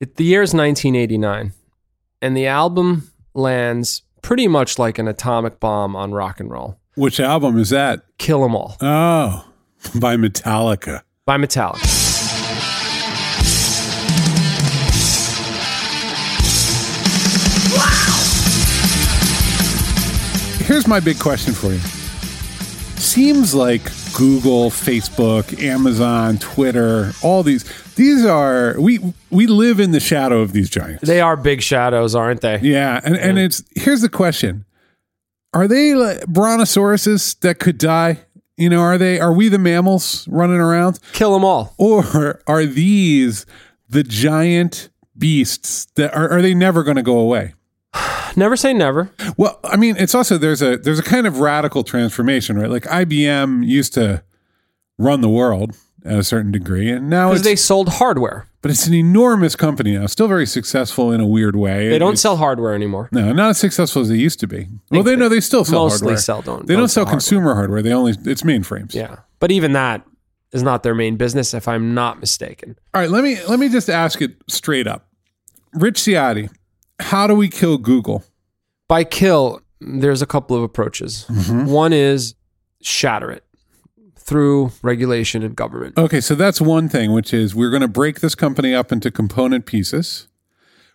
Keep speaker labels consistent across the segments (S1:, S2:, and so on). S1: It, the year is 1989, and the album lands pretty much like an atomic bomb on rock and roll.
S2: Which album is that?
S1: Kill 'Em All
S2: Oh, by Metallica.
S1: by Metallica.
S2: Here's my big question for you. Seems like Google, Facebook, Amazon, Twitter, all these these are we we live in the shadow of these giants.
S1: They are big shadows, aren't they?
S2: Yeah, and, and it's here's the question. Are they like brontosauruses that could die? You know, are they are we the mammals running around?
S1: Kill 'Em All.
S2: Or are these the giant beasts that are, are they never gonna go away?
S1: Never say never.
S2: Well, I mean, it's also there's a there's a kind of radical transformation, right? Like IBM used to run the world at a certain degree, and now it's
S1: Because they sold hardware.
S2: but it's an enormous company now, still very successful in a weird way.
S1: They don't
S2: It's-
S1: sell hardware anymore.
S2: no, not as successful as they used to be. Well, they know they still sell
S1: mostly
S2: hardware.
S1: sell- don't-
S2: they don't,
S1: don't
S2: sell,
S1: sell hardware.
S2: consumer hardware. They only it's mainframes.
S1: Yeah. But even that is not their main business, if I'm not mistaken.
S2: All right, let me let me just ask it straight up, Rich Ciotti, how do we kill Google?
S1: By kill, there's a couple of approaches.
S2: Mm-hmm.
S1: One is shatter it through regulation and government.
S2: Okay, so that's one thing, which is we're going to break this company up into component pieces,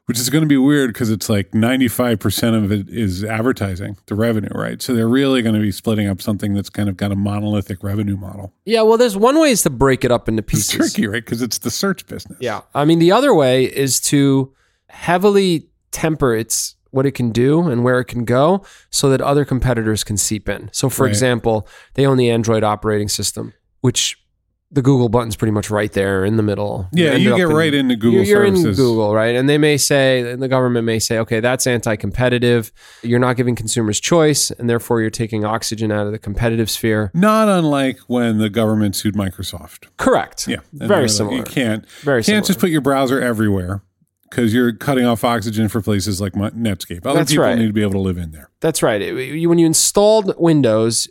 S2: which is going to be weird because it's like 95% of it is advertising, the revenue, right? So they're really going to be splitting up something that's kind of got a monolithic revenue model.
S1: Yeah, well, there's one way is to break it up into
S2: It's
S1: pieces.
S2: tricky, right? Because it's the search business.
S1: Yeah. I mean, the other way is to heavily temper its what it can do and where it can go so that other competitors can seep in. So, for
S2: Right.
S1: example, they own the Android operating system, which the Google button's pretty much right there in the middle.
S2: Yeah,
S1: end
S2: you
S1: up
S2: get
S1: in-
S2: right into Google
S1: you're, you're in
S2: services.
S1: Google, right? And they may say, and the government may say, okay, that's anti-competitive. You're not giving consumers choice, and therefore you're taking oxygen out of the competitive sphere.
S2: Not unlike when the government sued Microsoft.
S1: Correct.
S2: Yeah. And they're
S1: Very
S2: like,
S1: similar.
S2: You can't,
S1: Very
S2: can't just put your browser everywhere because you're cutting off oxygen for places like Mon- Netscape. Other
S1: That's
S2: people
S1: right.
S2: need to be able to live in there.
S1: That's right. It- you- when you installed Windows,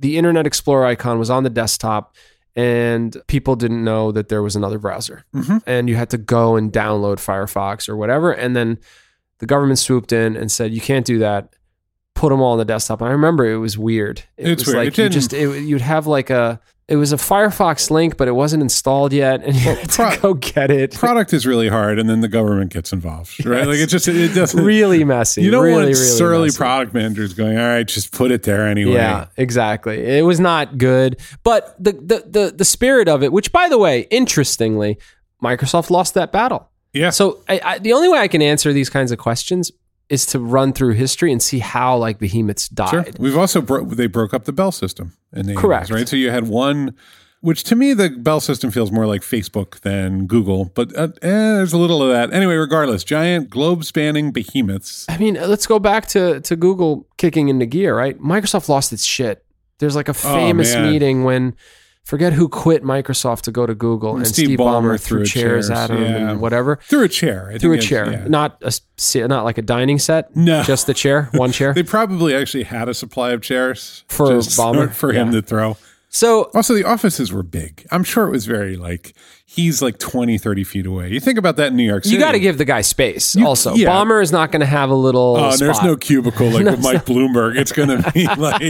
S1: the Internet Explorer icon was on the desktop, and people didn't know that there was another browser.
S2: Mhm.
S1: And you had to go and download Firefox or whatever. And then the government swooped in and said, "You can't do that. Put them all on the desktop." And I remember it was weird. It
S2: It's
S1: was
S2: weird.
S1: like
S2: It
S1: you
S2: didn't-
S1: just it, you'd have like a it was a Firefox link, but it wasn't installed yet, and you had to
S2: pro-
S1: go get it.
S2: product is really hard, and then the government gets involved, right? Like it just it doesn't.
S1: really messy.
S2: you don't
S1: really,
S2: want
S1: really
S2: surly
S1: messy.
S2: product managers going, all right, just put it there anyway.
S1: Yeah, exactly. It was not good, but the, the the the spirit of it, which by the way, interestingly, Microsoft lost that battle.
S2: Yeah.
S1: So I, I, the only way I can answer these kinds of questions is to run through history and see how like behemoths died.
S2: sure. We've also bro- they broke up the Bell system, in the 80s,
S1: Correct.
S2: right? So you had one, which to me the Bell system feels more like Facebook than Google, but uh, eh, there's a little of that anyway. Regardless, giant globe-spanning behemoths.
S1: I mean, let's go back to to Google kicking into gear, right? Microsoft lost its shit. There's like a famous
S2: Oh, man.
S1: meeting when forget who quit Microsoft to go to Google and
S2: Steve
S1: Steve,
S2: Ballmer
S1: Ballmer, threw
S2: threw
S1: chairs,
S2: chairs,
S1: at him
S2: yeah.
S1: and whatever.
S2: Through a chair. I
S1: Through a
S2: think it's-
S1: chair,
S2: yeah.
S1: not a s- not like a dining set.
S2: No.
S1: just the chair, one chair.
S2: They probably actually had a supply of chairs
S1: For
S2: just
S1: Ballmer?
S2: for him
S1: Yeah.
S2: to throw.
S1: So
S2: Also, the offices were big. I'm sure it was very like he's like 20, 30 feet away. You think about that in New York City.
S1: you got to give the guy space. also,
S2: yeah.
S1: Bomber is not going to have a little.
S2: Oh, there's
S1: spot.
S2: no cubicle like with Mike Bloomberg. It's going to be like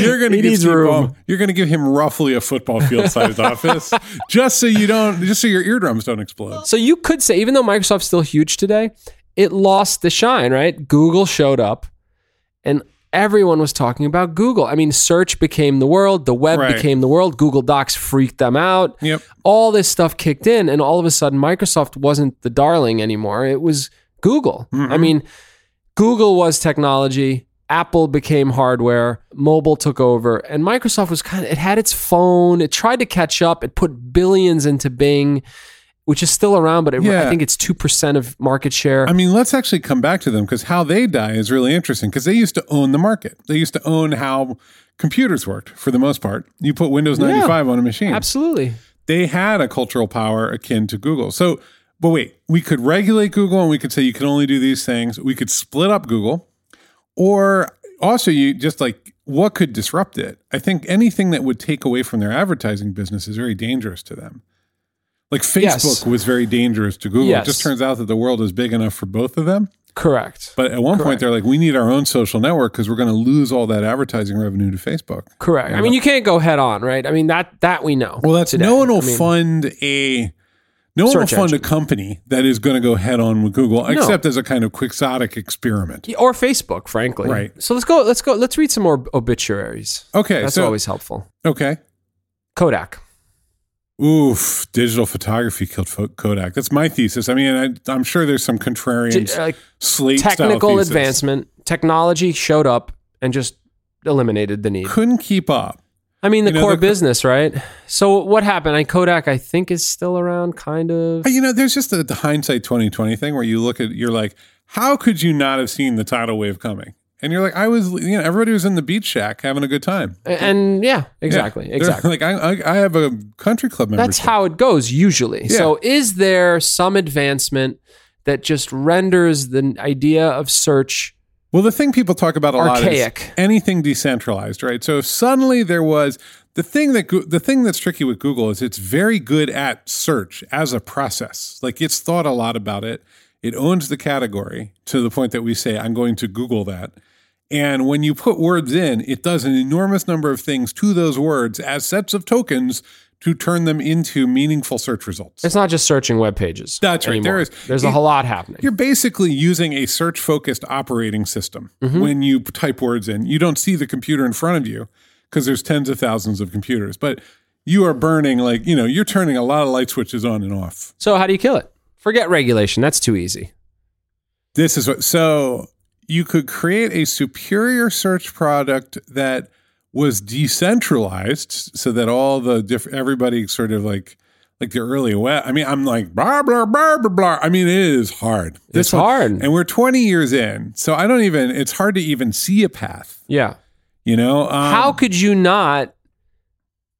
S2: you're going to
S1: He
S2: give
S1: needs
S2: Steve
S1: room.
S2: Ballmer- you're going to give him roughly a football field sized office just so you don't just so your eardrums don't explode.
S1: So you could say, even though Microsoft's still huge today, it lost the shine. Right? Google showed up, and everyone was talking about Google. I mean, search became the world. The web
S2: Right.
S1: became the world. Google Docs freaked them out.
S2: Yep.
S1: All this stuff kicked in, and all of a sudden, Microsoft wasn't the darling anymore. It was Google. I
S2: Mm-hmm.
S1: mean, Google was technology. Apple became hardware, mobile took over, and Microsoft was kind of, it had its phone, it tried to catch up, it put billions into Bing, which is still around, but it,
S2: Yeah.
S1: I think it's 2% of market share.
S2: I mean, let's actually come back to them because how they die is really interesting because they used to own the market. They used to own how computers worked for the most part. You put Windows 95 on a machine.
S1: Absolutely.
S2: they had a cultural power akin to Google. So, but wait, we could regulate Google and we could say you can only do these things. We could split up Google, or also you just like what could disrupt it? I think anything that would take away from their advertising business is very dangerous to them. Like Facebook
S1: Yes.
S2: was very dangerous to Google.
S1: Yes.
S2: It just turns out that the world is big enough for both of them.
S1: Correct.
S2: But at one
S1: Correct.
S2: point, they're like, we need our own social network because we're going to lose all that advertising revenue to Facebook.
S1: Correct. I mean, you can't go head on, right? I mean that that we know.
S2: Well, that's
S1: today.
S2: no one will
S1: I mean,
S2: fund a no one will
S1: Search
S2: fund a company that is going to go head on with Google, except as a kind of quixotic experiment.
S1: or Facebook, frankly.
S2: Right.
S1: So let's go. Let's go. Let's read some more obituaries.
S2: Okay,
S1: That's
S2: so
S1: always helpful.
S2: okay.
S1: Kodak.
S2: Oof, digital photography killed Fo- Kodak. That's my thesis. I mean, I, I'm sure there's some
S1: T-
S2: contrarian
S1: uh,
S2: slate style
S1: technical
S2: thesis.
S1: advancement. Technology showed up and just eliminated the need.
S2: Couldn't keep up.
S1: I mean, the
S2: You know,
S1: core
S2: the-
S1: business, right? So what happened? I Kodak, I think, is still around, kind of.
S2: You know, there's just the, the hindsight 2020 thing where you look at, you're like, how could you not have seen the tidal wave coming? And you're like, I was, you know, everybody was in the beach shack having a good time.
S1: And yeah, exactly,
S2: Yeah. They're
S1: exactly.
S2: Like I, I, I have a country club membership.
S1: That's how it goes usually. So is there some advancement that just renders the idea of search?
S2: Well, the thing people talk about a lot
S1: Archaic.
S2: is anything decentralized, right? So if suddenly there was the thing that Goo- the thing that's tricky with Google is it's very good at search as a process. Like it's thought a lot about it. It owns the category to the point that we say I'm going to Google that. And when you put words in, it does an enormous number of things to those words as sets of tokens to turn them into meaningful search results.
S1: It's not just searching web pages.
S2: That's right.
S1: anymore.
S2: There is-
S1: There's a
S2: you-
S1: whole lot happening.
S2: You're basically using a search focused operating system when you type words in. You don't see the computer in front of you because there's tens of thousands of computers, but you are burning like, you know, you're turning a lot of light switches on and off.
S1: So how do you kill it? Forget regulation. That's too easy.
S2: This is what so you could create a superior search product that was decentralized so that all the different everybody sort of like like the early web. I mean, I'm like blah blah blah blah blah. I mean, it is hard. This
S1: it's hard.
S2: and we're 20 years in so i don't even it's hard to even see a path
S1: yeah.
S2: you know um,
S1: How could you not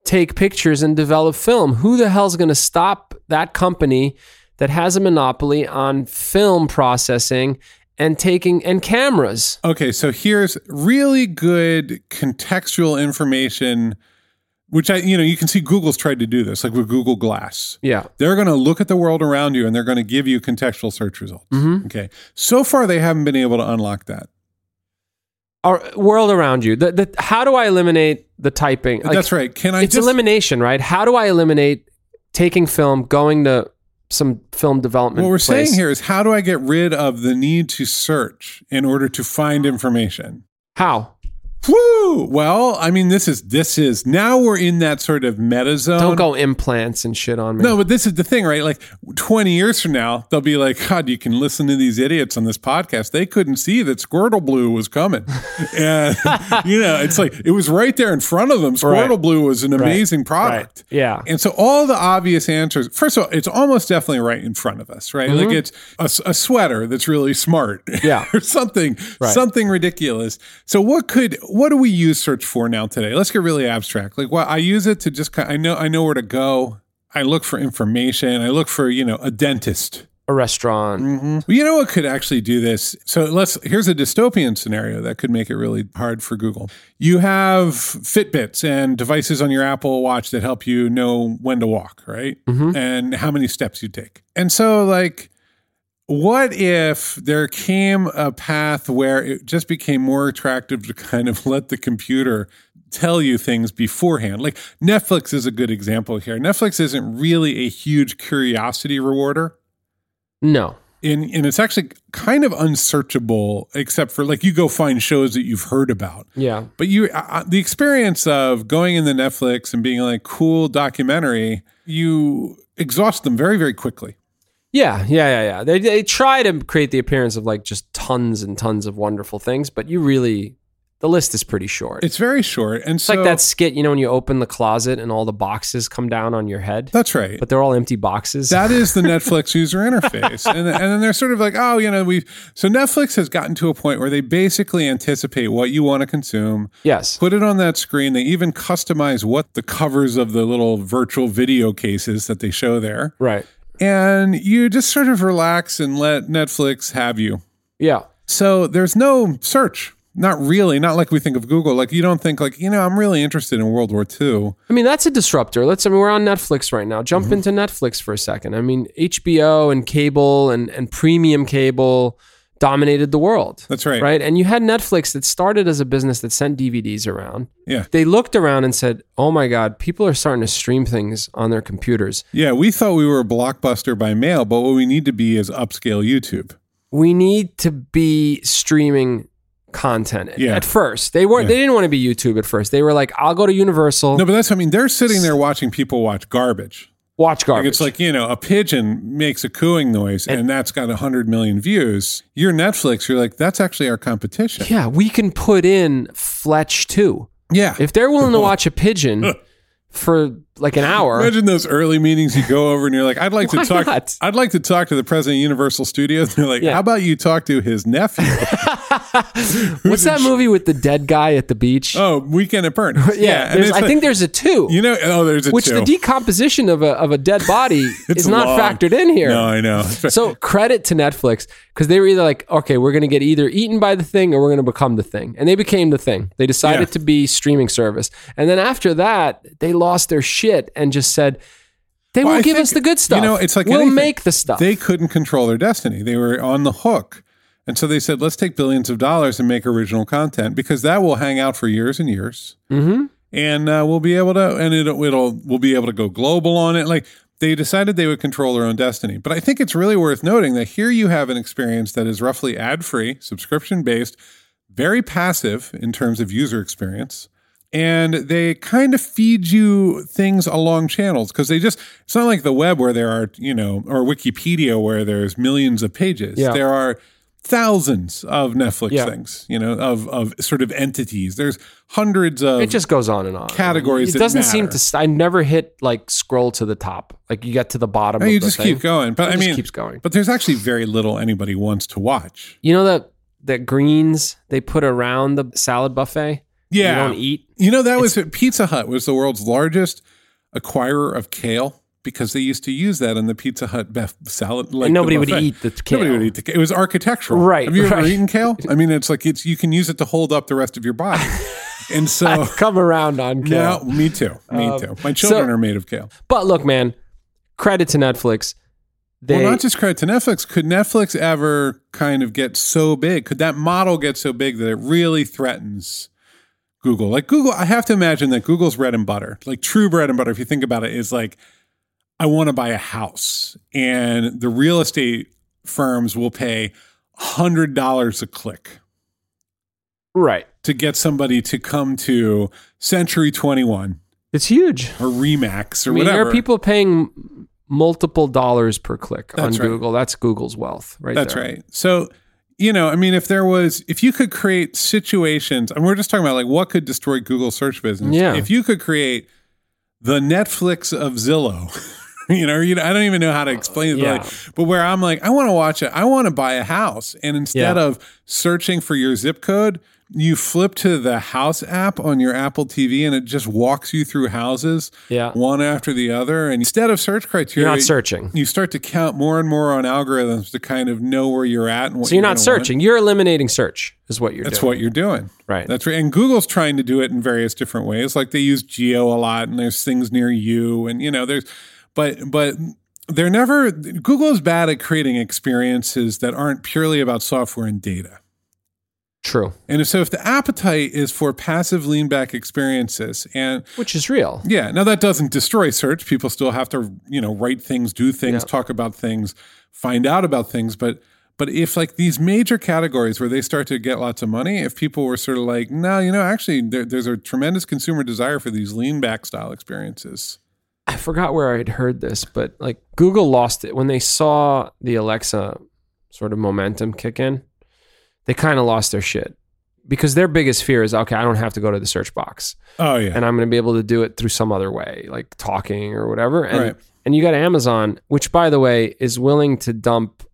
S1: take pictures and develop film? Who the hell's going to stop that company that has a monopoly on film processing and taking and cameras?
S2: okay so here's really good contextual information which i you know you can see google's tried to do this like with google glass
S1: Yeah.
S2: they're going to look at the world around you and they're going to give you contextual search results
S1: Mm-hmm.
S2: okay so far they haven't been able to unlock that
S1: Our world around you. The, the, how do I eliminate the typing? Like,
S2: that's right can i
S1: it's
S2: just
S1: elimination, right? How do I eliminate taking film, going to some film development?
S2: what we're
S1: place?
S2: saying here is how do i get rid of the need to search in order to find information
S1: How?
S2: Woo! Well, I mean, this is this is now we're in that sort of meta zone.
S1: Don't go implants and shit on me.
S2: Um, No, but this is the thing, right? Like 20 years from now, they'll be like, God, you can listen to these idiots on this podcast. They couldn't see that Squirtle Blue was coming. and, you know, it's like, it was right there in front of them. Squirtle
S1: Right.
S2: Blue was an amazing product.
S1: Yeah.
S2: And so all the obvious answers, first of all, it's almost definitely right in front of us, right?
S1: Mm-hmm.
S2: Like it's a s- a, sweater that's really smart.
S1: Yeah.
S2: or something, something ridiculous. So what could, what do we use search for now today? Let's get really abstract. Like what I use it to just kind I know, I know where to go. I look for information. I look for, you know, a dentist.
S1: A restaurant.
S2: Well, you know what could actually do this? So let's here's a dystopian scenario that could make it really hard for Google. You have Fitbits and devices on your Apple Watch that help you know when to walk, right?
S1: Mm-hmm.
S2: And how many steps you take. And so like what if there came a path where it just became more attractive to kind of let the computer tell you things beforehand? Like Netflix is a good example here. Netflix isn't really a huge curiosity rewarder
S1: No.
S2: and and it's actually kind of unsearchable except for like you go find shows that you've heard about
S1: Yeah.
S2: but you uh, the experience of going in the netflix and being like cool documentary you exhaust them very very quickly
S1: Yeah, yeah, yeah, yeah. They they try to create the appearance of like just tons and tons of wonderful things, but you really the list is pretty short. It's,
S2: it's very short and so
S1: like that skit, you know, when you open the closet and all the boxes come down on your head,
S2: that's right
S1: but they're all empty boxes.
S2: that is the Netflix user interface. And, and then they're sort of like, oh, you know, we so Netflix has gotten to a point where they basically anticipate what you want to consume.
S1: yes.
S2: Put it on that screen. They even customize what the covers of the little virtual video cases that they show there.
S1: Right.
S2: And you just sort of relax and let Netflix have you.
S1: Yeah.
S2: So there's no search. Not really, not like we think of Google. Like you don't think like, you know, I'm really interested in World War II.
S1: I mean, that's a disruptor. Let's. I mean, we're on Netflix right now.
S2: Mm-hmm.
S1: Jump into Netflix for a second. I mean, HBO and cable and and premium cable dominated the world.
S2: That's right.
S1: Right, and you had Netflix that started as a business that sent DVDs around.
S2: Yeah.
S1: They looked around and said, "Oh my God, people are starting to stream things on their computers.
S2: Yeah, we thought we were a blockbuster by mail, but what we need to be is upscale YouTube.
S1: We need to be streaming content."
S2: Yeah.
S1: At first, they weren't. They didn't want to be YouTube. At first, they were like, "I'll go to Universal,
S2: No, but that's I mean, they're sitting there watching people watch garbage.
S1: watch
S2: Like,
S1: garbage."
S2: it's like, you know, a pigeon makes a cooing noise and, that's got 100 million views. You're Netflix, you're like, that's actually our competition.
S1: yeah, we can put in Fletch too.
S2: Yeah.
S1: If they're willing to watch a pigeon for like an hour,
S2: Imagine those early meetings you go over and you're like, I'd like to
S1: Why
S2: talk
S1: not?
S2: I'd like to talk to the president of Universal Studios. And they're like,
S1: Yeah.
S2: How about you talk to his nephew?
S1: what's that movie with the dead guy at the beach?
S2: oh, weekend at Burn. And
S1: there's-
S2: it's
S1: I
S2: like,
S1: think there's a two,
S2: you know oh there's a
S1: which
S2: two.
S1: the decomposition of a of a dead body
S2: It's
S1: is not
S2: long.
S1: factored in here.
S2: No, I know.
S1: So credit to Netflix because they were either like, okay, we're going to get either eaten by the thing or we're going to become the thing, and they became the thing. They decided
S2: Yeah.
S1: to be streaming service, and then after that, they lost their shit and just said. They
S2: Well,
S1: won't
S2: I
S1: give
S2: think,
S1: us the good stuff.
S2: You know, it's like
S1: we'll
S2: anything.
S1: make the stuff.
S2: They couldn't control their destiny. They were on the hook. And so they said, let's take billions of dollars and make original content because that will hang out for years and years.
S1: Mm-hmm.
S2: And uh, we'll be able to, and it'll, it'll, we'll be able to go global on it. Like they decided they would control their own destiny. But I think it's really worth noting that here you have an experience that is roughly ad free, subscription based, very passive in terms of user experience and they kind of feed you things along channels because they just it's not like the web where there are you know or wikipedia where there's millions of pages
S1: Yeah.
S2: there are thousands of netflix
S1: Yeah.
S2: things you know of of sort of entities there's hundreds of
S1: It just goes on and on.
S2: categories
S1: It
S2: that
S1: doesn't seem
S2: matter.
S1: to. St- I never hit like scroll to the top. Like you get to the bottom.
S2: No,
S1: of
S2: you
S1: the
S2: just
S1: thing.
S2: keep going but
S1: It
S2: i
S1: just
S2: mean
S1: keeps going.
S2: but there's actually very little anybody wants to watch
S1: You know that that greens they put around the salad buffet.
S2: yeah
S1: You don't e- eat.
S2: You know, that was Pizza Hut was the world's largest acquirer of kale because they used to use that in the Pizza Hut bef- salad. Like
S1: And nobody
S2: the
S1: would
S2: buffet.
S1: eat the kale.
S2: Nobody would eat the kale. It was architectural.
S1: Right,
S2: Have you
S1: right.
S2: ever eaten kale? I mean, it's like it's you can use it to hold up the rest of your body. and so
S1: Come around on
S2: now,
S1: kale. Um,
S2: me too. Me too. My children
S1: so-
S2: are made of kale.
S1: But look, man, credit to Netflix. They
S2: well, not just credit to Netflix. Could Netflix ever kind of get so big? Could that model get so big that it really threatens Google? Like Google, I have to imagine that Google's bread and butter, like true bread and butter, if you think about it, is like I want to buy a house, and the real estate firms will pay hundred dollars a click
S1: right.
S2: to get somebody to come to Century Twenty One
S1: It's huge.
S2: or Remax or
S1: I mean,
S2: whatever.
S1: there are people paying multiple dollars per click
S2: That's
S1: on
S2: right.
S1: Google. That's Google's wealth, right?
S2: That's
S1: there.
S2: right. So, you know, I mean, if there was, if you could create situations, and we're just talking about like what could destroy Google search business.
S1: Yeah.
S2: If you could create the Netflix of Zillow, you know, or, you know, I don't even know how to explain it, but,
S1: yeah.
S2: like, but where I'm like, I want to watch it, I want to buy a house. And instead
S1: Yeah.
S2: of searching for your zip code, you flip to the house app on your Apple TV and it just walks you through houses
S1: Yeah.
S2: one after the other. And instead of search criteria,
S1: You're not searching.
S2: you start to count more and more on algorithms to kind of know where you're at. And what
S1: So you're not
S2: gonna
S1: searching. You're eliminating search, is what you're
S2: want. That's
S1: doing.
S2: what you're doing.
S1: Right.
S2: That's right. And Google's trying to do it in various different ways. Like they use geo a lot and there's things near you and you know, there's but but they're never Google is bad at creating experiences that aren't purely about software and data.
S1: True.
S2: And so if the appetite is for passive lean back experiences and
S1: Which is real.
S2: yeah. Now that doesn't destroy search. People still have to, you know, write things, do things,
S1: Yeah.
S2: talk about things, find out about things. But but if like these major categories where they start to get lots of money, if people were sort of like, no, you know, actually there, there's a tremendous consumer desire for these lean back style experiences.
S1: I forgot where I had heard this, but like Google lost it when they saw the Alexa sort of momentum kick in. They kind of lost their shit because their biggest fear is okay, I don't have to go to the search box
S2: Oh yeah.
S1: and I'm going to be able to do it through some other way, like talking or whatever. And
S2: Right.
S1: and you got Amazon, which by the way is willing to dump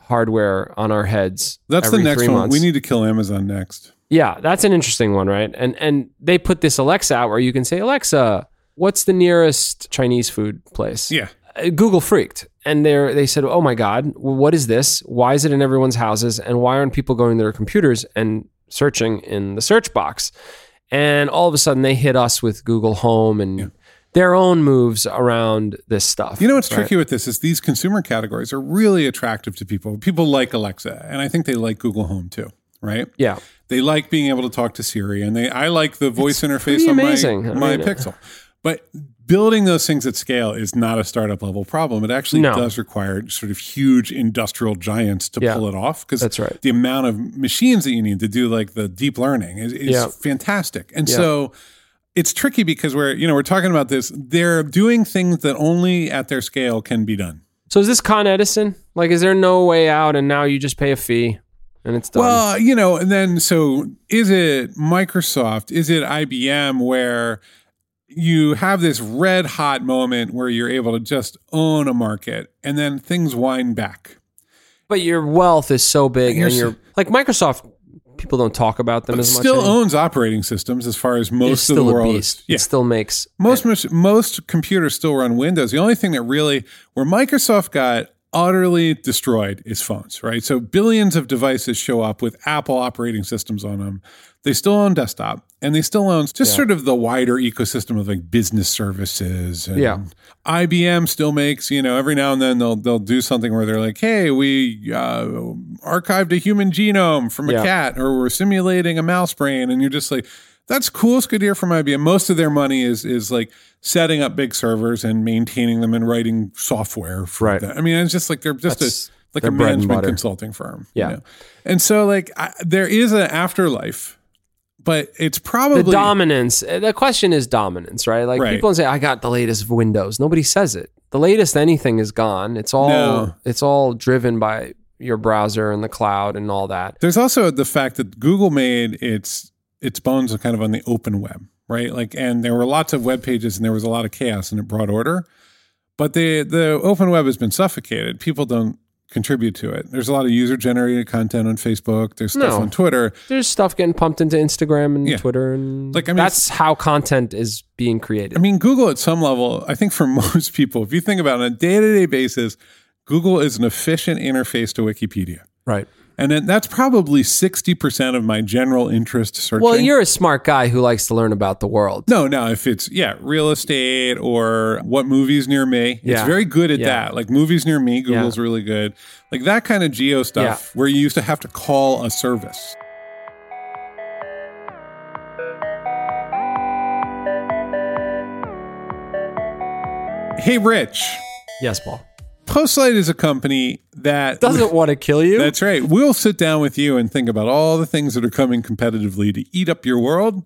S1: hardware on our heads.
S2: That's the
S1: every
S2: next
S1: three
S2: one.
S1: months.
S2: We need to kill Amazon next.
S1: Yeah, that's an interesting one, right? And and they put this Alexa out where you can say Alexa, what's the nearest Chinese food place?
S2: Yeah.
S1: uh, Google freaked and they they said, "Oh my God, what is this? Why is it in everyone's houses? And why aren't people going to their computers and searching in the search box. And all of a sudden, they hit us with Google Home and their own moves around this stuff.
S2: You know what's tricky with this is these consumer categories are really attractive to people. People like Alexa, and I think they like Google Home too, right?
S1: yeah.
S2: They like being able to talk to Siri, and they I like the voice interface
S1: pretty
S2: on
S1: amazing.
S2: my,
S1: I
S2: my
S1: mean, uh,
S2: Pixel. But building those things at scale is not a startup level problem. It actually
S1: No.
S2: does require sort of huge industrial giants to
S1: Yeah.
S2: pull it off because
S1: That's right.
S2: the amount of machines that you need to do like the deep learning is, is
S1: Yeah.
S2: fantastic. And so it's tricky because we're you know we're talking about this. They're doing things that only at their scale can be done.
S1: So is this Con Edison? Like, is there no way out? And now you just pay a fee, and it's done.
S2: Well, you know, and then so is it Microsoft? Is it IBM where you have this red hot moment where you're able to just own a market and then things wind back?
S1: but your wealth is so big,
S2: You're
S1: and you're like Microsoft. People don't talk about them as much.
S2: Still
S1: anymore.
S2: owns operating systems as far as
S1: it's
S2: most of
S1: still
S2: the
S1: a
S2: world.
S1: beast.
S2: Yeah.
S1: It still makes
S2: Most mach- most computers still run Windows. The only thing that really where Microsoft got utterly destroyed is phones, right? So billions of devices show up with Apple operating systems on them. They still own desktop and they still own just sort of the wider ecosystem of like business services and
S1: Yeah.
S2: IBM still makes, you know, every now and then they'll they'll do something where they're like, "Hey, we uh, archived a human genome from a
S1: Yeah.
S2: cat, or we're simulating a mouse brain," and you're just like, "That's cool, Scudier from IBM." Most of their money is is like setting up big servers and maintaining them and writing software for
S1: Right.
S2: them. I mean, it's just like they're just
S1: That's
S2: a like
S1: their
S2: a
S1: bread and
S2: management
S1: butter.
S2: consulting firm.
S1: Yeah.
S2: and so like I, there is an afterlife, but it's
S1: the
S2: probably
S1: dominance. uh, The question is dominance, right? Like
S2: Right.
S1: people say, "I got the latest Windows." Nobody says it. The latest anything is gone. It's all
S2: No.
S1: it's all driven by your browser and the cloud and all that.
S2: There's also the fact that Google made its its bones kind of on the open web, right? Like, and there were lots of web pages, and there was a lot of chaos, and it brought order. But the the open web has been suffocated. People don't contribute to it. There's a lot of user generated content on Facebook. There's stuff
S1: No.
S2: on Twitter.
S1: There's stuff getting pumped into Instagram and
S2: Yeah.
S1: Twitter, and
S2: Like, I mean-
S1: that's how content is being created.
S2: I mean, Google at some level, I think for most people, if you think about it on a day to day basis, Google is an efficient interface to Wikipedia.
S1: right.
S2: And then that's probably 60% of my general interest searching.
S1: Well, you're a smart guy who likes to learn about the world.
S2: No, no. If it's yeah, real estate or what movies near me, it's
S1: Yeah.
S2: very good at
S1: Yeah.
S2: that. Like movies near me, Google's really good. Like that kind of geo stuff where you used to have to call a service. Hey, Rich.
S1: Yes, Paul.
S2: Postlight is a company that
S1: Doesn't want to kill you.
S2: That's right. We'll sit down with you and think about all the things that are coming competitively to eat up your world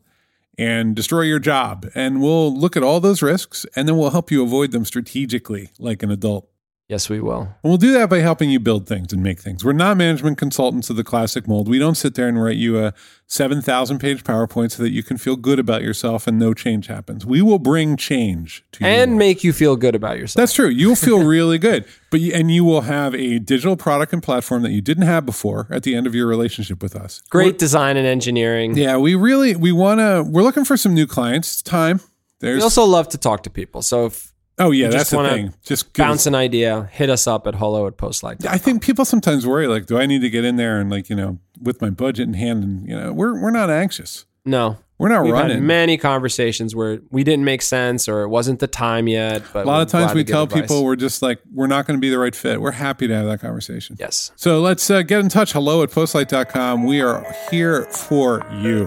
S2: and destroy your job. And we'll look at all those risks and then we'll help you avoid them strategically like an adult.
S1: yes, we will.
S2: And we'll do that by helping you build things and make things. We're not management consultants of the classic mold. We don't sit there and write you a 7,000 page PowerPoint so that you can feel good about yourself and no change happens. We will bring change to you.
S1: And make you feel good about yourself.
S2: That's true. You'll feel really good, but you, and you will have a digital product and platform that you didn't have before at the end of your relationship with us.
S1: Great design and engineering.
S2: Yeah, we really we want to. We're looking for some new clients. It's time.
S1: We
S2: There's
S1: also love to talk to people. So if
S2: oh yeah,
S1: just
S2: that's the
S1: wanna
S2: thing. Just give
S1: bounce an idea, hit us up at hello at postlight.
S2: I think people sometimes worry like, do I need to get in there and like you know with my budget in hand and you know we're we're not anxious.
S1: No,
S2: We're not
S1: we've had
S2: running.
S1: many conversations where we didn't make sense or it wasn't the time yet. But
S2: a lot of times we tell people
S1: We're-
S2: we're just like we're not going to be the right fit. We're happy to have that conversation.
S1: yes.
S2: So let's uh, get in touch. Hello at postlight.com. We are here for you.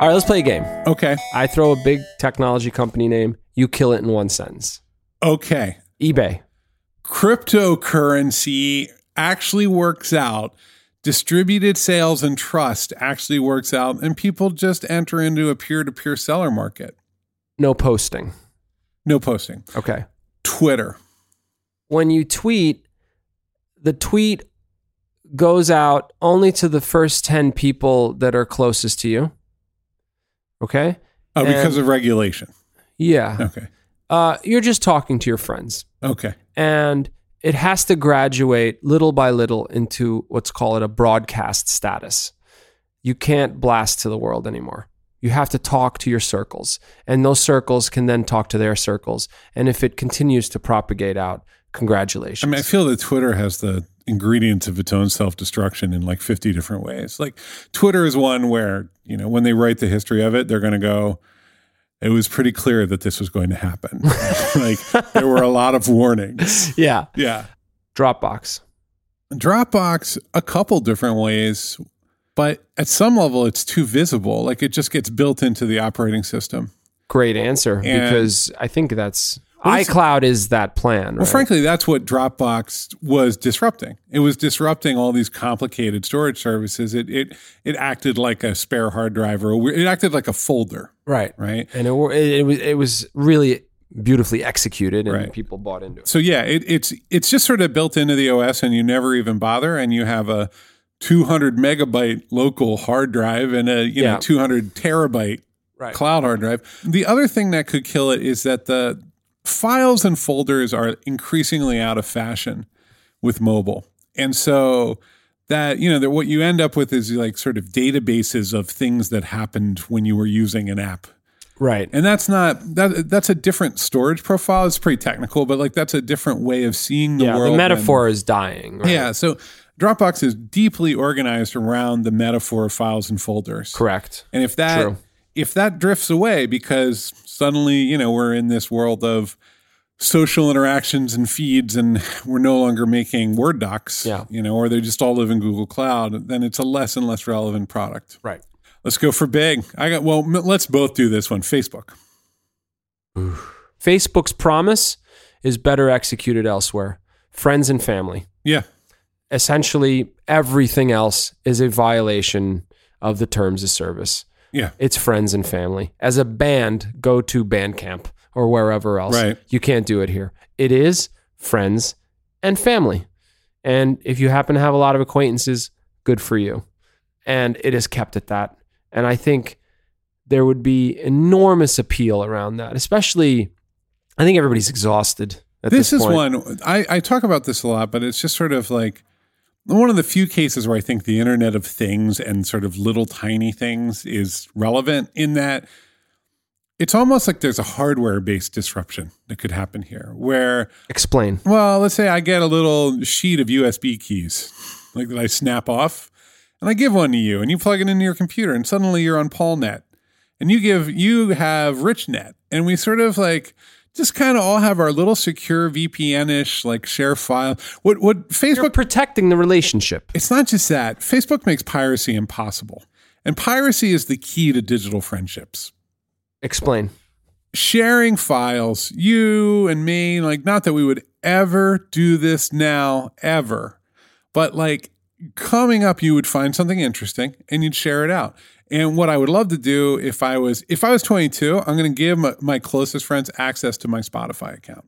S1: All right, let's play a game.
S2: Okay.
S1: I throw a big technology company name. You kill it in one sentence.
S2: Okay.
S1: eBay.
S2: Cryptocurrency actually works out. Distributed sales and trust actually works out. And people just enter into a peer to peer seller market.
S1: No posting.
S2: No posting.
S1: Okay.
S2: Twitter.
S1: When you tweet, the tweet goes out only to the first 10 people that are closest to you. Okay?
S2: Oh, because
S1: And-
S2: of regulation.
S1: Yeah.
S2: Okay.
S1: Uh, you're just talking to your friends.
S2: Okay.
S1: and it has to graduate little by little into what's called a broadcast status. You can't blast to the world anymore. You have to talk to your circles, and those circles can then talk to their circles. And if it continues to propagate out, Congratulations.
S2: I mean, I feel that Twitter has the ingredients of its own self destruction in like 50 different ways. Like, Twitter is one where, you know, when they write the history of it, they're going to go, it was pretty clear that this was going to happen. like, there were a lot of warnings.
S1: yeah.
S2: Yeah.
S1: Dropbox.
S2: Dropbox, a couple different ways, but at some level, it's too visible. Like, it just gets built into the operating system.
S1: Great answer.
S2: And-
S1: because I think that's
S2: Well, it's-
S1: iCloud is that plan.
S2: Well,
S1: right?
S2: frankly, that's what Dropbox was disrupting. It was disrupting all these complicated storage services. It it it acted like a spare hard drive, or it acted like a folder,
S1: right.
S2: right?
S1: And it, wa- it, it was it was really beautifully executed, and
S2: Right.
S1: people bought into it.
S2: So yeah, it, it's it's just sort of built into the OS, and you never even bother, and you have a 200 megabyte local hard drive and a you
S1: Yeah.
S2: know 200 terabyte
S1: Right.
S2: cloud hard drive. The other thing that could kill it is that the files and folders are increasingly out of fashion with mobile. And so that, you know, that what you end up with is like sort of databases of things that happened when you were using an app.
S1: Right.
S2: And that's not that that's a different storage profile. It's pretty technical, but like that's a different way of seeing the
S1: yeah.
S2: world.
S1: The
S2: than-
S1: metaphor is dying. Right?
S2: yeah. So Dropbox is deeply organized around the metaphor of files and folders.
S1: Correct.
S2: And if that
S1: True.
S2: if that drifts away because suddenly, you know, we're in this world of social interactions and feeds and we're no longer making Word docs,
S1: Yeah.
S2: you know, or they just all live in Google Cloud, then it's a less and less relevant product.
S1: Right.
S2: Let's go for big. I got well, m- let's both do this one. Facebook.
S1: Facebook's promise is better executed elsewhere. Friends and family.
S2: Yeah.
S1: Essentially, everything else is a violation of the terms of service.
S2: Yeah.
S1: It's friends and family. As a band, go to Bandcamp or wherever else.
S2: Right.
S1: You can't do it here. It is friends and family. And if you happen to have a lot of acquaintances, good for you. And it is kept at that. And I think there would be enormous appeal around that, especially I think everybody's exhausted at this,
S2: this, is
S1: point.
S2: one I, I talk about this a lot, but it's just sort of like one of the few cases where I think the Internet of Things and sort of little tiny things is relevant in that it's almost like there's a hardware based disruption that could happen here where
S1: Explain.
S2: well, let's say I get a little sheet of USB keys, like that I snap off, and I give one to you, and you plug it into your computer, and suddenly you're on PaulNet, and you give you have RichNet, and we sort of like just kind of all have our little secure VPN-ish like share file. What what
S1: You're
S2: Facebook?
S1: protecting the relationship.
S2: It's not just that Facebook makes piracy impossible, and piracy is the key to digital friendships
S1: Explain.
S2: sharing files, you and me, like, not that we would ever do this now, ever, but like coming up, you would find something interesting and you'd share it out. And what I would love to do if I was if I was 22, I'm going to give my, my closest friends access to my Spotify account.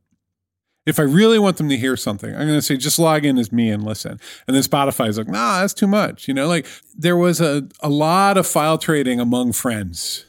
S2: If I really want them to hear something, I'm going to say just log in as me and listen. And then Spotify's like, "Nah, that's too much." You know, like there was a a lot of file trading among friends.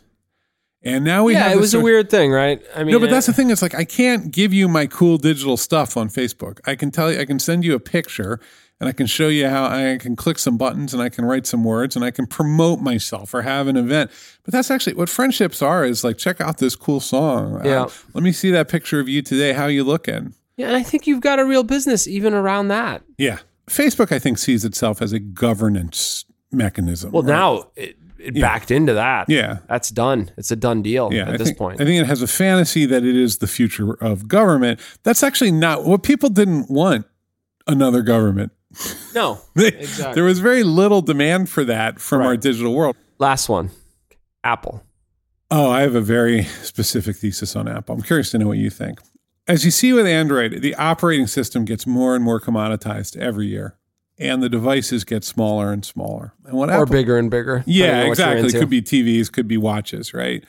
S2: And now we
S1: yeah,
S2: have
S1: it
S2: this
S1: was
S2: sort
S1: a
S2: of-
S1: weird thing, right? I mean,
S2: no, but that's
S1: uh,
S2: the thing. It's like I can't give you my cool digital stuff on Facebook. I can tell you, I can send you a picture, and I can show you how I can click some buttons, and I can write some words, and I can promote myself or have an event. But that's actually what friendships are. Is like check out this cool song. Uh,
S1: Yeah.
S2: let me see that picture of you today. How you looking?
S1: yeah, and I think you've got a real business even around that.
S2: Yeah. Facebook, I think, sees itself as a governance mechanism.
S1: Well,
S2: right?
S1: now it, it backed into that.
S2: Yeah.
S1: That's done. It's a done deal
S2: Yeah,
S1: at
S2: I
S1: this
S2: think,
S1: point.
S2: I think it has a fantasy that it is the future of government. That's actually not what people didn't want another government.
S1: no.
S2: They-
S1: Exactly.
S2: There was very little demand for that from our
S1: Right.
S2: digital world.
S1: Last one Apple.
S2: Oh, I have a very specific thesis on Apple. I'm curious to know what you think. As you see with Android, the operating system gets more and more commoditized every year, and the devices get smaller and smaller. And what
S1: Or
S2: Apple
S1: bigger and bigger. depending
S2: Yeah,
S1: on what you're
S2: exactly.
S1: into.
S2: Could be TVs, could be watches, right?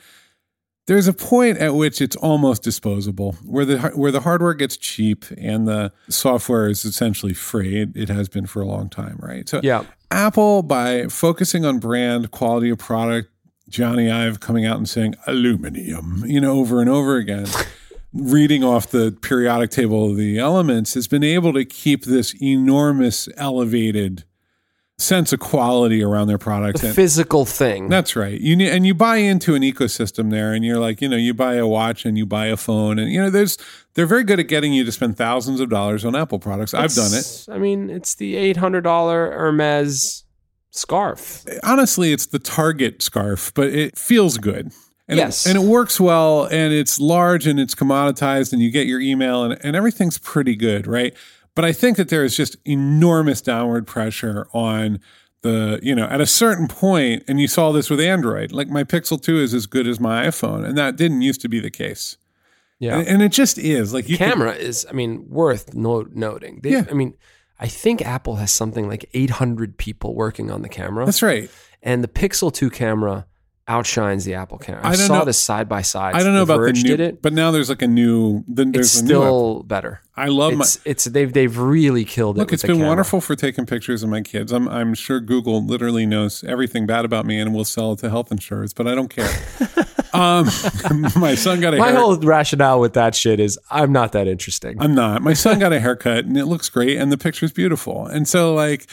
S2: There's a point at which it's almost disposable, where the where the hardware gets cheap and the software is essentially free. It, it has been for a long time, right? So
S1: Yeah.
S2: Apple, by focusing on brand, quality of product, Johnny Ive coming out and saying aluminum, you know, over and over again, reading off the periodic table of the elements, has been able to keep this enormous elevated sense of quality around their product.
S1: The
S2: And-
S1: physical thing.
S2: that's right. You need, and you buy into an ecosystem there, and you're like, you know, you buy a watch and you buy a phone, and you know, there's they're very good at getting you to spend thousands of dollars on Apple products. I've done it.
S1: It's- I mean, it's the eight hundred dollar Hermes scarf.
S2: Honestly, it's the Target scarf, but it feels good. And
S1: Yes.
S2: it, and it works well, and it's large, and it's commoditized, and you get your email, and, and everything's pretty good, right? But I think that there is just enormous downward pressure on the, you know, at a certain point, and you saw this with Android. Like my Pixel Two is as good as my iPhone, and that didn't used to be the case.
S1: Yeah.
S2: And, and it just is like you can-
S1: camera is, I mean, worth no- noting. They,
S2: Yeah.
S1: I mean, I think Apple has something like 800 people working on the camera,
S2: that's right.
S1: and the Pixel 2 camera outshines the Apple camera. I,
S2: I don't
S1: saw
S2: know-
S1: this side by side.
S2: I don't know
S1: the
S2: about the
S1: Verge
S2: new,
S1: did it.
S2: but now there's like a new. Then
S1: It's
S2: there's a new. app.
S1: still better.
S2: I love my.
S1: It's it's they've they've really killed it.
S2: Look,
S1: with
S2: it's
S1: the
S2: been
S1: camera.
S2: wonderful for taking pictures of my kids. I'm I'm sure Google literally knows everything bad about me and will sell it to health insurers, but I don't care. um, my son got a
S1: My
S2: hair.
S1: whole rationale with that shit is I'm not that interesting.
S2: I'm not. My son got a haircut and it looks great and the picture's beautiful. And so like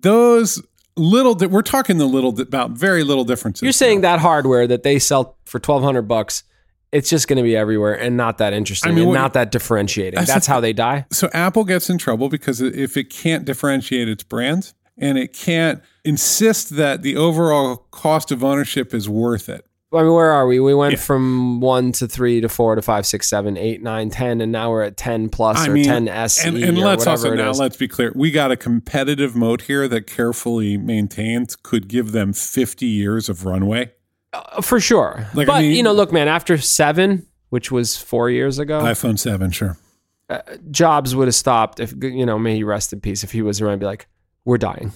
S2: those little di- we're talking the little di- about very little differences.
S1: You're saying that hardware that they sell for 1200 bucks, it's just going to be everywhere and not that interesting
S2: I mean,
S1: and
S2: what-
S1: not that differentiating. That's, how they die.
S2: so Apple gets in trouble because if it can't differentiate its brand and it can't insist that the overall cost of ownership is worth it.
S1: I mean, where are we? We went from one to three to four to five, six, seven, eight, nine, ten, and now we're at ten plus or ten S
S2: and,
S1: E
S2: and
S1: or
S2: let's
S1: whatever
S2: also
S1: it
S2: now
S1: is.
S2: let's be clear. We got a competitive moat here that carefully maintained could give them 50 years of runway.
S1: Uh, for sure.
S2: Like,
S1: but
S2: I mean-
S1: you know, look, man, after seven, which was four years ago,
S2: iPhone 7, sure.
S1: Jobs would have stopped. If you know, may he rest in peace. If he was around, I'd be like, we're dying.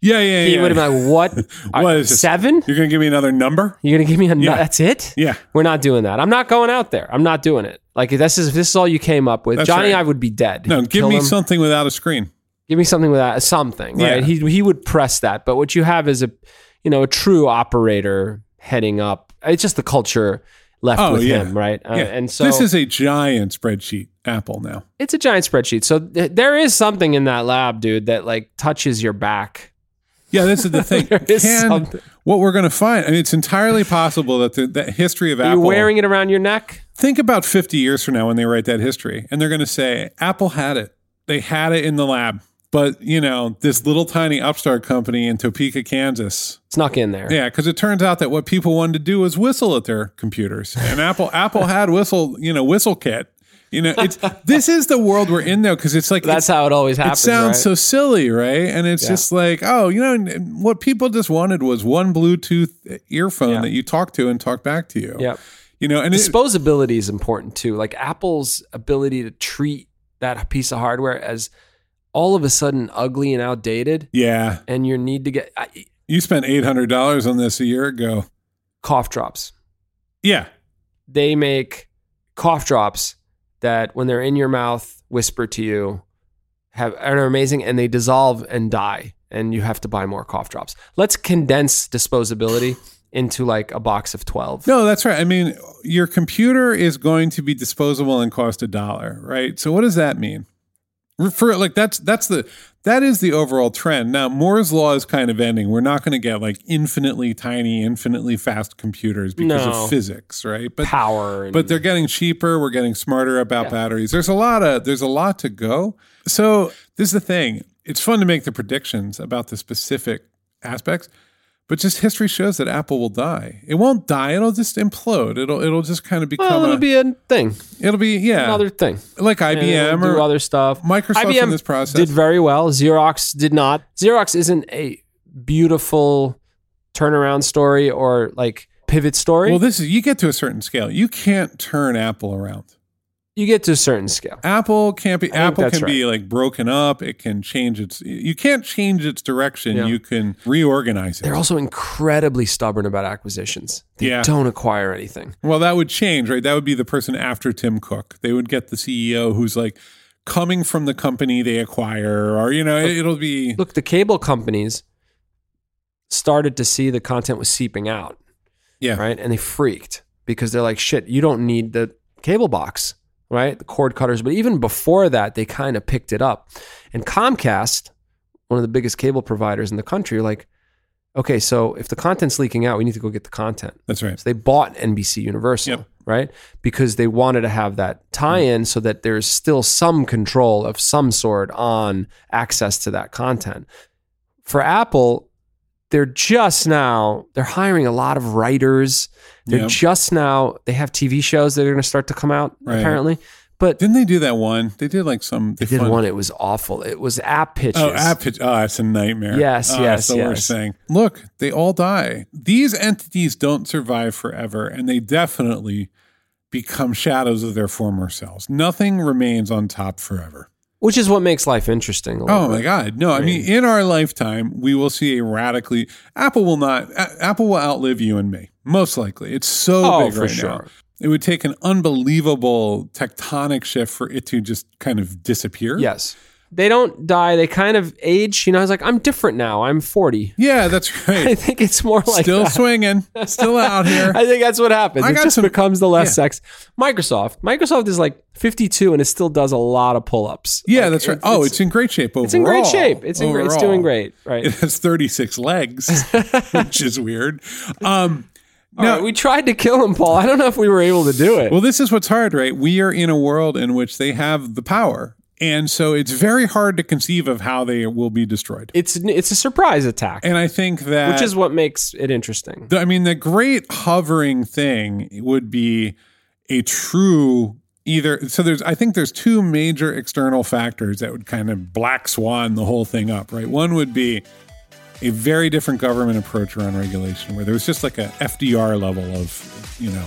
S2: Yeah, yeah, yeah.
S1: He would have been like, what?
S2: What is this?
S1: seven?
S2: You're going to give me another number?
S1: You're gonna give me a?
S2: Yeah.
S1: That's it?
S2: Yeah.
S1: We're not doing that. I'm not going out there. I'm not doing it. Like if this is if this is all you came up with.
S2: That's
S1: Johnny
S2: right.
S1: I would be dead.
S2: No,
S1: You'd
S2: give
S1: kill
S2: me
S1: him.
S2: something without a screen.
S1: give me something with that something,
S2: Yeah.
S1: right? He he would press that. But what you have is a you know, a true operator heading up. It's just the culture left
S2: Oh,
S1: with
S2: yeah.
S1: him, right? Uh,
S2: yeah.
S1: and so
S2: this is a giant spreadsheet, Apple now.
S1: it's a giant spreadsheet. So th- there is something in that lab, dude, that like touches your back.
S2: Yeah, this is the thing.
S1: There is
S2: Can,
S1: something.
S2: what we're going to find, and it's entirely possible that the that history of
S1: Are you
S2: Apple.
S1: wearing it around your neck?
S2: Think about 50 years from now when they write that history, and they're going to say, Apple had it. They had it in the lab. But, you know, this little tiny upstart company in Topeka, Kansas.
S1: Snuck in there.
S2: Yeah, because it turns out that what people wanted to do was whistle at their computers. And Apple Apple had whistle, you know, whistle kit. You know, it's this is the world we're in though, because it's like
S1: That's
S2: it's-
S1: how it always happens.
S2: it sounds
S1: right?
S2: so silly, right? And it's just like, oh, you know, n- n- what people just wanted was one Bluetooth earphone that you talk to and talk back to you.
S1: Yep.
S2: You know, and it's
S1: disposability is important too. Like Apple's ability to treat that piece of hardware as all of a sudden ugly and outdated,
S2: yeah,
S1: and your need to get I,
S2: you spent eight hundred dollars on this a year ago.
S1: cough drops.
S2: Yeah,
S1: They make cough drops that, when they're in your mouth, whisper to you, have are amazing, and they dissolve and die, and you have to buy more cough drops. Let's condense disposability into like a box of twelve.
S2: no, that's right. I mean, your computer is going to be disposable and cost a dollar, right? So what does that mean? For like that's that's the that is the overall trend. Now Moore's law is kind of ending. We're not going to get like infinitely tiny, infinitely fast computers because
S1: No.
S2: of physics, right? But
S1: Power, and,
S2: but they're getting cheaper we're getting smarter about batteries there's a lot of there's a lot to go so this is the thing it's fun to make the predictions about the specific aspects but just history shows that apple will die it won't die it'll just implode it'll it'll just kind of become
S1: well, it'll
S2: a-
S1: be a thing,
S2: it'll be yeah
S1: another thing.
S2: like
S1: and
S2: ibm
S1: do
S2: or
S1: other stuff.
S2: Microsoft
S1: IBM
S2: in this process.
S1: did very well. Xerox did not. Xerox isn't a beautiful turnaround story or like pivot story.
S2: well this is you get to a certain scale you can't turn apple around
S1: you get to a certain scale.
S2: Apple can't be. Apple
S1: that's
S2: can be like broken up. It can change its. You can't change its direction.
S1: Yeah.
S2: You can reorganize it.
S1: They're also incredibly stubborn about acquisitions. They
S2: Yeah.
S1: don't acquire anything.
S2: Well, that would change, right? That would be the person after Tim Cook. They would get the CEO who's like coming from the company they acquire, or you know, it, will be
S1: Look, the cable companies started to see the content was seeping out,
S2: yeah,
S1: right? And they freaked because they're like, shit, you don't need the cable box, right? The cord cutters. But even before that, they kind of picked it up. And Comcast one of the biggest cable providers in the country are like, okay, so if the content's leaking out, we need to go get the content.
S2: That's right.
S1: So they bought NBC Universal,
S2: Yep.
S1: right? Because they wanted to have that tie-in so that there's still some control of some sort on access to that content. For Apple, they're just now they're hiring a lot of writers. They're
S2: Yep.
S1: just now they have TV shows that are going to start to come out
S2: Right.
S1: apparently. But
S2: Didn't they do that one? They did like some. They,
S1: they did
S2: fun-
S1: one it was awful. It was app pitches.
S2: Oh, app pitch. Oh, it's a nightmare.
S1: Yes,
S2: oh,
S1: yes,
S2: That's the
S1: yes.
S2: worst thing. Look, they all die. These entities don't survive forever, and they definitely become shadows of their former selves. Nothing remains on top forever.
S1: which is what makes life interesting. a little
S2: Oh my
S1: bit.
S2: God. No, I mean, in our lifetime, we will see a radically. Apple will not. A- Apple will outlive you and me, most likely. It's so
S1: Oh,
S2: big
S1: for
S2: right now.
S1: sure.
S2: It would take an unbelievable tectonic shift for it to just kind of disappear.
S1: Yes. They don't die. They kind of age. You know, I was like, I'm different now. I'm 40.
S2: Yeah, that's
S1: I
S2: right.
S1: think it's more like
S2: still
S1: that.
S2: swinging, still out here.
S1: I think that's what happens.
S2: I
S1: It
S2: got
S1: just
S2: some-
S1: becomes the less
S2: yeah.
S1: sex. Microsoft. Microsoft is like 52 and it still does a lot of pull ups.
S2: Yeah, that's right. oh, it's, in great shape overall.
S1: it's in great shape. It's in great, it's doing great. Right.
S2: It has 36 legs, which is weird. Um,
S1: All right, We tried to kill him, Paul. I don't know if we were able to do it.
S2: well, this is what's hard, right? We are in a world in which they have the power. And so it's very hard to conceive of how they will be destroyed.
S1: it's it's a surprise attack,
S2: And I think that
S1: which is what makes it interesting.
S2: The- I mean, the great hovering thing would be a true either. So there's, I think there's two major external factors that would kind of black swan the whole thing up, right? One would be a very different government approach around regulation, where there was just like a FDR level of, you know,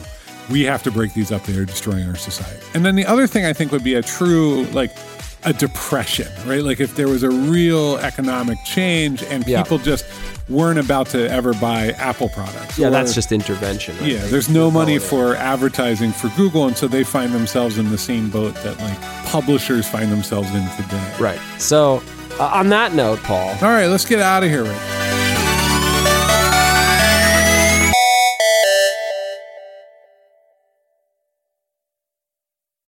S2: we have to break these up; they are destroying our society. And then the other thing I think would be a true like a depression, right? Like if there was a real economic change and
S1: Yeah.
S2: people just weren't about to ever buy Apple products.
S1: Yeah,
S2: or-
S1: that's just intervention. Right?
S2: yeah. There's no money for advertising for Google, and so they find themselves in the same boat that like publishers find themselves in today.
S1: Right. So, uh, on that note, Paul.
S2: All right, let's get out of here. Right.